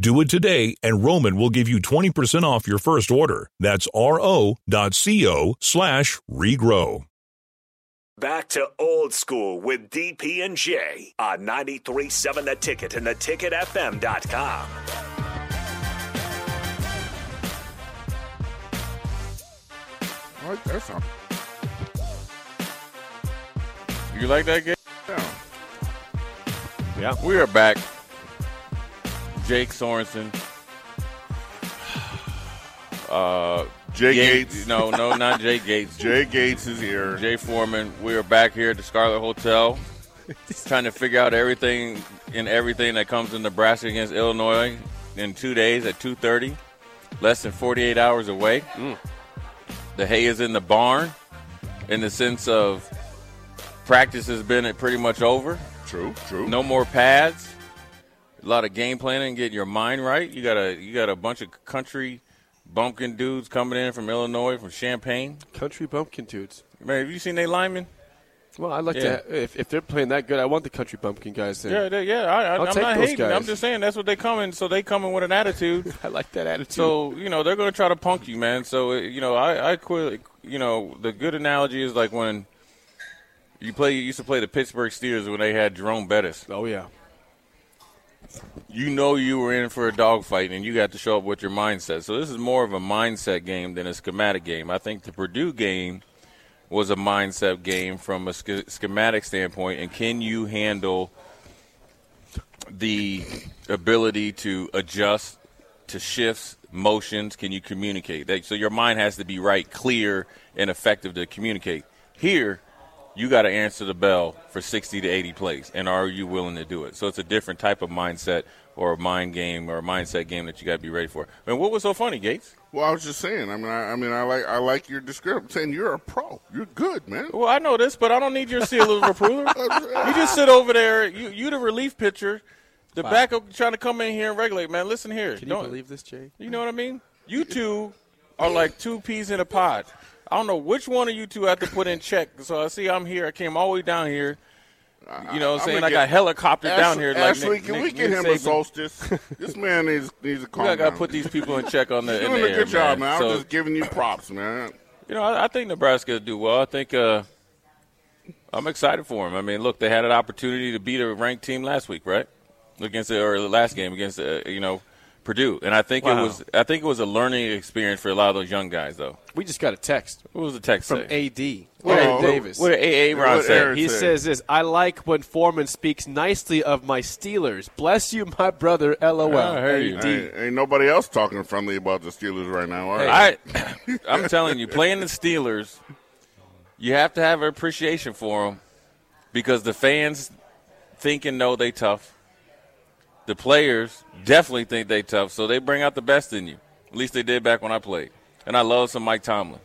Do it today, and Roman will give you 20% off your first order. That's ro.co slash regrow. Back to old school with DP and J on 937 The Ticket and theticketfm.com. I like that song. You like that game? Yeah. Yeah. We are back. Jake Sorensen. Uh, Jay Gates- Gates. No, no, not Jay Gates. Jay Gates is here. Jay Foreman. We are back here at the Scarlet Hotel, trying to figure out everything and everything that comes in Nebraska against Illinois in two days at two thirty, less than forty eight hours away. The hay is in the barn, in the sense of practice has been pretty much over. True, true. No more pads. A lot of game planning, getting your mind right. You got a you got a bunch of country bumpkin dudes coming in from Illinois, from Champaign. Country bumpkin dudes. Man, have you seen they linemen? Well, I'd like Yeah. to. If, if they're playing that good, I want the country bumpkin guys there. Yeah, they, yeah. I, I, I'll I'm take not those hating. guys. I'm just saying that's what they coming. So they coming with an attitude. I like that attitude. so you know they're going to try to punk you, man. So uh, you know I I quit. You know the good analogy is like when you play. You used to play the Pittsburgh Steelers when they had Jerome Bettis. oh yeah, you know you were in for a dogfight and you got to show up with your mindset. So this is more of a mindset game than a schematic game. I think the Purdue game was a mindset game from a sch- schematic standpoint and can you handle the ability to adjust to shifts, motions, can you communicate? That, so your mind has to be right, clear and effective to communicate. Here you got to answer the bell for 60 to 80 plays, and are you willing to do it? So it's a different type of mindset or a mind game or a mindset game that you got to be ready for. I mean, what was so funny, Gates? Well, I was just saying. I mean, I, I mean, I like, I like your description. I'm saying you're a pro. You're good, man. Well, I know this, but I don't need your seal of approval. you just sit over there. You you the relief pitcher, the backup trying to come in here and regulate. Man, listen here. can you don't, believe this, Jay? You know what I mean? You two are like two peas in a pod. I don't know which one of you two I have to put in check. So I see I'm here. I came all the way down here. You know what I'm I'm saying? gonna I got get- helicoptered down Ashley- here. Ashley, like Nick- can we Nick- get Nick him a Saban. solstice? this man needs needs a We calm gotta, gotta down. put these people in check on the. You're in doing the a air, good job, man. man. So, I'm just giving you props, man. You know, I, I think Nebraska will do well. I think uh, I'm excited for them. I mean, look, they had an opportunity to beat a ranked team last week, right? Against the, or the last game against uh, you know Purdue, and I think it Wow. was I think it was a learning experience for a lot of those young guys, though. We just got a text What was the text from Oh. say? AD Well, Aaron Davis. What did AA Ron What say? Aaron- he say? says this. I like when Foreman speaks nicely of my Steelers. Bless you, my brother. LOL. I hear you. AD. Ain't, ain't nobody else talking friendly about the Steelers right now. Are they? I, I'm telling you, playing the Steelers, you have to have appreciation for them because the fans think and know they tough. The players definitely think they tough, so they bring out the best in you. At least they did back when I played, and I love some Mike Tomlin.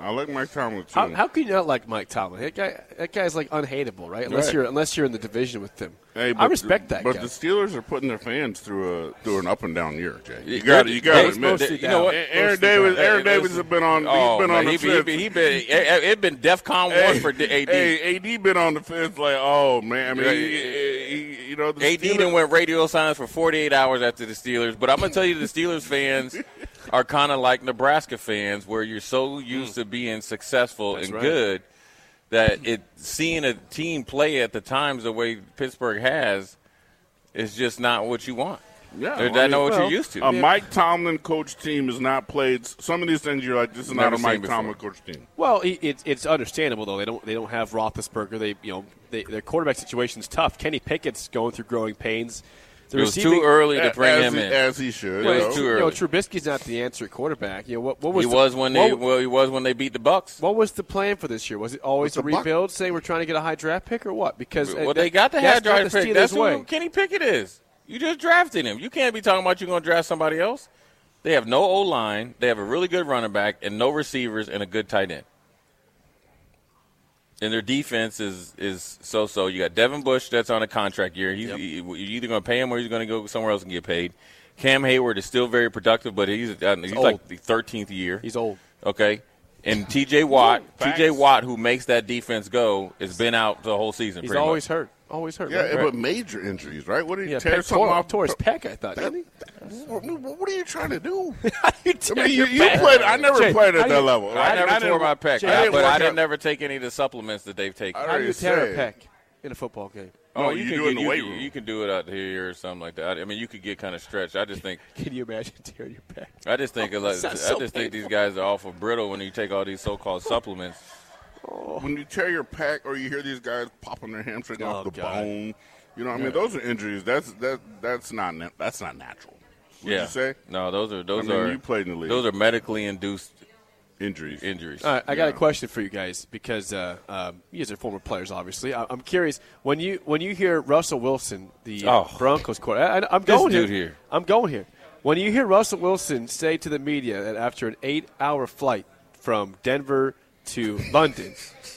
I like Mike Tomlin too. How, how can you not like Mike Tomlin? That guy, that guy's like unhateable, right? Unless Right. you're unless you're in the division with them. Hey, I respect that But guy. the Steelers are putting their fans through a through an up and down year, Jay. You Yeah, got they're- you got they're to admit. mostly You know what? A- Aaron Mostly Davis, down. Aaron Hey, Davis listen. has been on. Oh, he's been man, on the he, been, he, fence. been, he been it- it been DefCon one for D- AD. Hey, AD been on the fence like, oh man, I mean, Yeah, he- yeah, he- he- you know, the AD done went radio silence for 48 hours after the Steelers. But I'm going to tell you, the Steelers fans are kind of like Nebraska fans, where you're so used Hmm. to being successful and right. good that it seeing a team play at the times the way Pittsburgh has is just not what you want. Yeah, They're- I They mean, know what well, you're used to. A Mike Tomlin coach team has not played some of these things. You're like, this is Never not a seen Mike before. Tomlin coach team. Well, i- it's it's understandable though. They don't they don't have Roethlisberger. They you know they, their quarterback situation's tough. Kenny Pickett's going through growing pains. The it was too early to A- bring as him he, in. as he should. Well, you it was know. too early. You know, Trubisky's not the answer at quarterback. You know what? What was he the- was when they what, well, he was when they beat the Bucks. what was the plan for this year? Was it always With a the Buck- rebuild, saying we're trying to get a high draft pick or what? Because uh, Well, that- they got the high that's not draft the pick. Steelers' That's way. who Kenny Pickett is. You just drafted him. You can't be talking about you're going to draft somebody else. They have no O line. They have a really good running back and no receivers and a good tight end. And their defense is is so so. You got Devin Bush that's on a contract year. He's he- you're either going to pay him or he's going to go somewhere else and get paid. Cam Hayward is still very productive, but he's uh, he's like old. the 13th year. Oh. He's old. Okay. And TJ Watt, Facts. TJ Watt, who makes that defense go, has been out the whole season. He's pretty much. always hurt. Always hurt. Yeah, right? but major injuries, right? What do you yeah. tear Peck, something tore, off? tore his pec, I thought. That- didn't he? what, what are you trying to do? You I tear mean, you, your you pec. played. I never Jay, played how at do that you- level. I, never didn't- tore my pec, I didn't but I work didn't out. never take any of the supplements that they've taken. Oh, I- How do you already tear a said. pec in a football game? No, you do it in the you, weight room. you can do it out here or something like that. I mean, you could get kind of stretched. I just think, Can you imagine tearing your pec? I just Oh, think, a lot- I sounds just so think these guys are awful brittle when you take all these so-called supplements. when you tear your pack or you hear these guys popping their hamstring off Oh, the God. bone. You know, I mean, those are injuries. That's that that's not na- that's not natural. Would yeah. you say No, those are I those mean, are you played in the league. those are medically induced injuries? injuries. All right, I got a question for you guys because uh, um, you guys are former players, obviously. I, I'm curious when you when you hear Russell Wilson, the uh, Oh. Broncos quarterback. I, I'm This going dude here. here. I'm going here. When you hear Russell Wilson say to the media that after an eight-hour flight from Denver to London,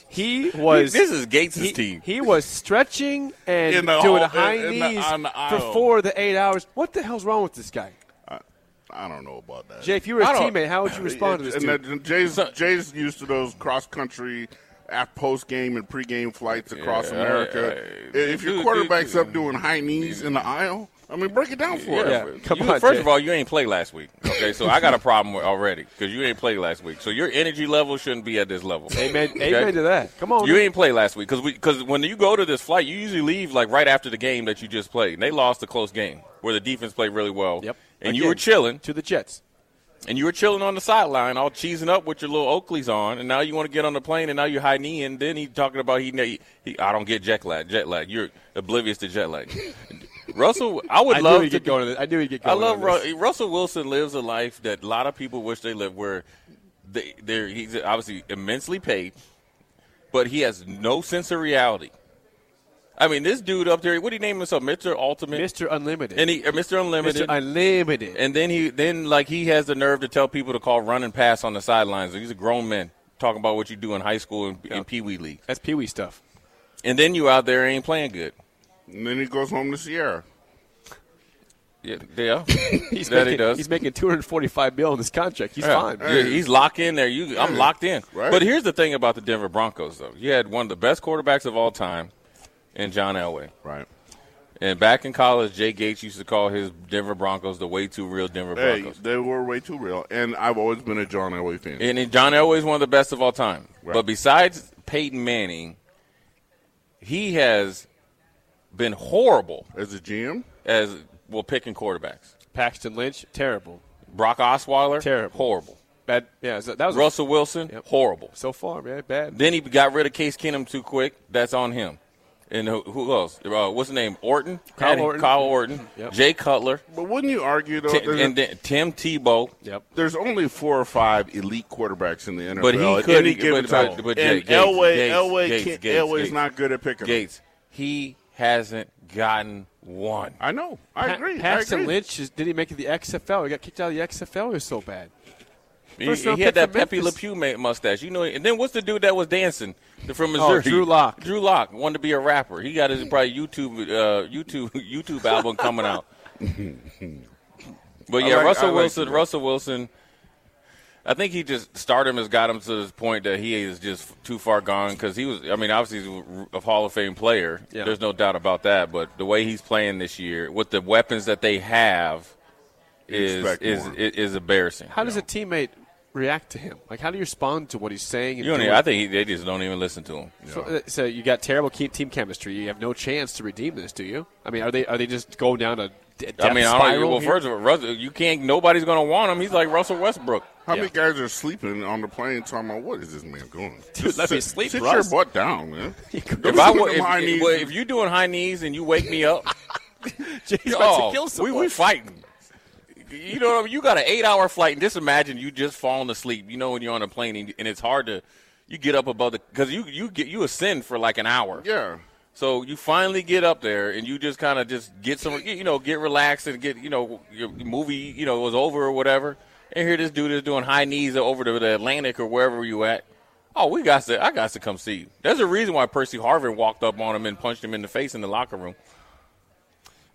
he was This is Gates' he, team. He was stretching and In the doing hall- high in- in the- knees on the aisle. for four of the eight hours. What the hell's wrong with this guy, I don't know about that. Jay? If you were a I don't- teammate, how would you respond to this? and dude? that- Jay's Jay's used to those cross country. At post game and pre game flights across Yeah, I- America, I- if your dude, quarterback's dude, up doing high knees in the aisle, I mean, break it down for Yeah. us. Come You- on, first Jay. of all, you ain't played last week. Okay, so I got a problem with already because you ain't played last week. So your energy level shouldn't be at this level. Amen. Okay? Amen to that. Come on, You man. ain't played last week because because when you go to this flight, you usually leave like right after the game that you just played. And they lost a close game where the defense played really well. Yep. And you Again. were chilling, to the Jets. and you were chilling on the sideline, all cheesing up with your little Oakleys on, and now you want to get on the plane, and now you're high knee, and then he talking about he, he, he I don't get jet lag, jet lag. You're oblivious to jet lag. Russell, I would I love knew he'd to get going. to this. I knew he'd get I going. love on this. Ru- Russell Wilson lives a life that a lot of people wish they lived, where they they're, he's obviously immensely paid, but he has no sense of reality. I mean, this dude up there, what do you name himself, Mister Ultimate, Mr. Unlimited. and he or Mister Mr. Unlimited, Unlimited. and then he then like he has the nerve to tell people to call run and pass on the sidelines. These are grown men talking about what you do in high school and, and pee wee league, That's Pee Wee stuff. and then you out there ain't playing good. And then he goes home to Sierra. Yeah, yeah. He's That he making, does. He's making 245 mil in this contract. He's Yeah. fine. Yeah, he's locked in there. You, I'm locked in. Right. But here's the thing about the Denver Broncos, though. You had one of the best quarterbacks of all time in John Elway. Right. And back in college, Jay Gates used to call his Denver Broncos the way too real Denver Hey, Broncos. they were way too real, and I've always been a John Elway fan. And then John Elway's one of the best of all time. Right. But besides Peyton Manning, he has been horrible As a GM, as well picking quarterbacks. Paxton Lynch, terrible. Brock Osweiler, Terrible. horrible. Bad. Yeah, so that was Russell Wilson, Yep. horrible. so far, man. Bad. Then he got rid of Case Keenum too quick. That's on him. And who, who else? Uh, what's his name? Orton. Kyle Had him- Orton. Mm-hmm. Kyle Orton. Yep. Jay Cutler. but wouldn't you argue though? Ti- there's, and then Tim Tebow. Yep. there's only four or five elite quarterbacks in the NFL. But he at couldn't- any given but- time. but- but and Gates- Elway, Gates- Elway, Gates- can't, Gates- Elway's Gates. not good at picking Gates. He hasn't gotten one. I know. I agree. Paxton I agree. Lynch is, didn't he make it to the XFL. He got kicked out of the XFL. He was so bad. He, First round he had pick that for Pepe Le Memphis. Pew ma- mustache. You know. And then what's the dude that was dancing from Oh, Missouri? Drew Lock. Drew Lock wanted to be a rapper. He got his Mm. probably YouTube uh, YouTube YouTube album coming out. but I like- yeah, I Russell like Wilson. Drew Lock. Russell Wilson. I think he just stardom has got him to this point that he is just too far gone because he was. I mean, obviously he's a Hall of Fame player. Yeah. There's no doubt about that. But the way he's playing this year with the weapons that they have is Expect is, more. is is embarrassing. How does a teammate react to him? Like, how do you respond to what he's saying? And You don't doing? even, I think he, they just don't even listen to him. So, uh, so you got terrible ke- team chemistry. You have no chance to redeem this, do you? I mean, are they are they just going down to d- I mean, depth I don't. spiral Well, here? first of all, Russell, you can't. Nobody's going to want him. He's like Russell Westbrook. How many guys are sleeping on the plane talking about what is this man going? Dude, let sit, me sleep, Sit Russ. your butt down, man. If I were, if, if, well, if you're doing high knees and you wake me up, Jay's about oh, to kill we someone. we fighting. You know, what I mean? you got an eight hour flight, and just imagine you just falling asleep. You know, when you're on a plane, and, and it's hard to you get up above the because you you get you ascend for like an hour. yeah. So you finally get up there and you just kind of just get some, you know, get relaxed and get, you know, your movie, you know, was over or whatever. And here this dude is doing high knees over to the Atlantic or wherever you at. Oh, we got to, I got to come see you. There's a reason why Percy Harvin walked up on him and punched him in the face in the locker room.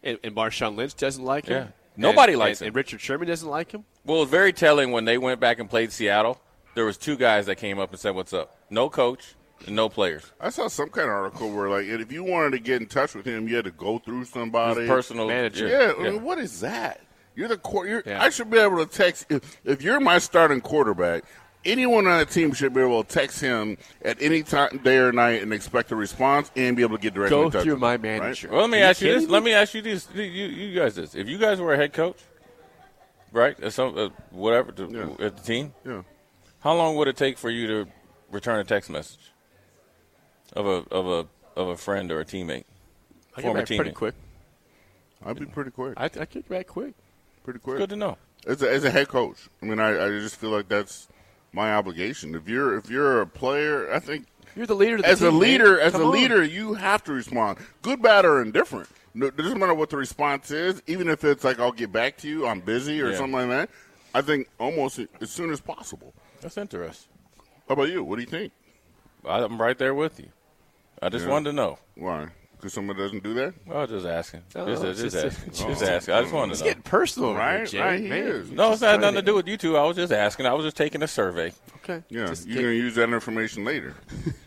And, and Marshawn Lynch doesn't like him. Yeah. Nobody And- likes and- him. And Richard Sherman doesn't like him. Well, it was very telling when they went back and played Seattle. There was two guys that came up and said, "What's up?" No coach and no players. I saw some kind of article where, like, if you wanted to get in touch with him, you had to go through It somebody. was personal manager. Yeah, I mean, what is that? You're the court. You're, Yeah. I should be able to text if, if you're my starting quarterback. Anyone on the team should be able to text him at any time, day or night, and expect a response and be able to get directly Go in touch through with my him, right? manager. Well, let me Are you ask you this. kidding Let me ask you this. You, you- you guys, this. If you guys were a head coach, right, or some uh, whatever to, Yeah. at the team, Yeah. how long would it take for you to return a text message of a of a of a friend or a teammate? I get Former back pretty teammate. quick. I'd be pretty quick. I, I get back quick. Pretty quick. Good to know. as a, as a head coach. I mean, I, I just feel like that's my obligation. If you're if you're a player, I think You're the leader. Of the as a team, man. leader, as Come a on. leader, you have to respond, good, bad, or indifferent. No, it doesn't matter what the response is, even if it's like I'll get back to you, I'm busy or Yeah. something like that. I think almost as soon as possible. That's interesting. How about you? What do you think? I, I'm right there with you. I just Yeah. wanted to know. Why? Because someone doesn't do that, I was just asking. Oh, just, it's just, just a- asking. just asking. I just wanted It's to know. getting personal, over here, right? Jay. right, he Man. is. No, it's not trying nothing to do with you two. I was just asking. I was just taking a survey. Okay. Yeah, Just you're take- gonna use that information later.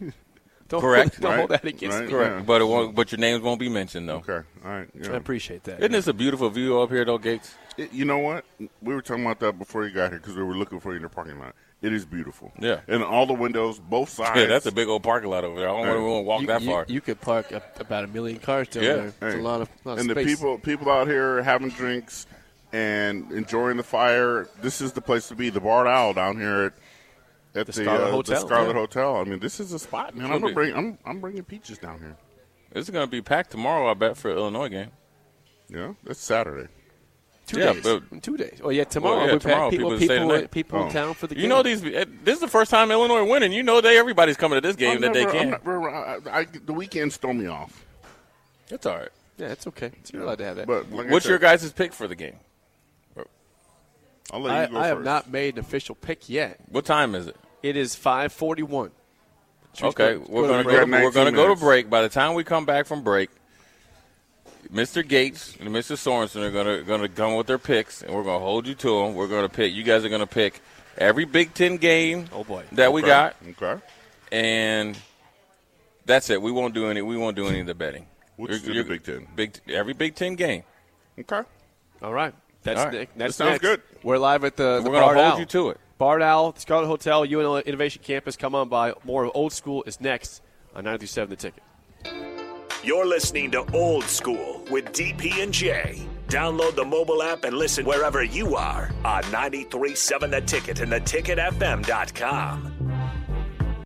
don't, correct, Don't hold right? that against Right? me. Correct. Yeah. But it won't. But your names won't be mentioned though. Okay, all right. yeah. I appreciate that. Isn't this a beautiful view up here though, Gates? It- you know what? We were talking about that before you got here because we were looking for you in the parking lot. It is beautiful. Yeah. And all the windows, both sides. Yeah, that's a big old parking lot over there. I don't want to walk you, that you- far. You could park up about a million cars down Yeah. there. It's Hey. a lot of, lot of and space. the people people out here having drinks and enjoying the fire. This is the place to be. The Barred Owl down here at, at the, Scarlet uh, Hotel, The Scarlet yeah. Hotel. I mean, this is a spot, man. I'm Should gonna be. bring I'm I'm bringing peaches down here. it's going to be packed tomorrow, I bet, for Illinois game. Yeah, that's Saturday. two yeah, days. but- two days. Oh yeah, tomorrow. yeah, we've had tomorrow people people stay people, tonight. people in Oh. town for the You game. know these. eh, This is the first time Illinois winning. You know they everybody's coming to this game I'm that never- they I'm can. never- I- I- the weekends throw me off. That's all right. Yeah, it's okay. You're allowed to have that. But like I What's said, your guys' pick for the game? I'll let I, you go I first. have not made an official pick yet. What time is it? It is five forty-one. Okay, we're going to break. go. We To, got we're going to 19 go to minutes. break. By the time we come back from break, Mr. Gates and Mr. Sorensen are going to going to come with their picks, and we're going to hold you to them. We're going to pick. You guys are going to pick every Big Ten game. Oh, boy. that we Okay. got, Okay. and that's it. We won't do any. We won't do any of the betting. We'll You're- just do the you're- Big Ten. Big every Big Ten game. Okay. All right. That's All right. Nick. That's That sounds next. good. We're live at the. the We're gonna Bard hold Owl. you to it. Bard Owl, Scarlet Hotel, UNL Innovation Campus. Come on by. More of old school is next on 937 The Ticket. You're listening to Old School with DP and J. Download the mobile app and listen wherever you are on 937 The Ticket and theticketfm.com.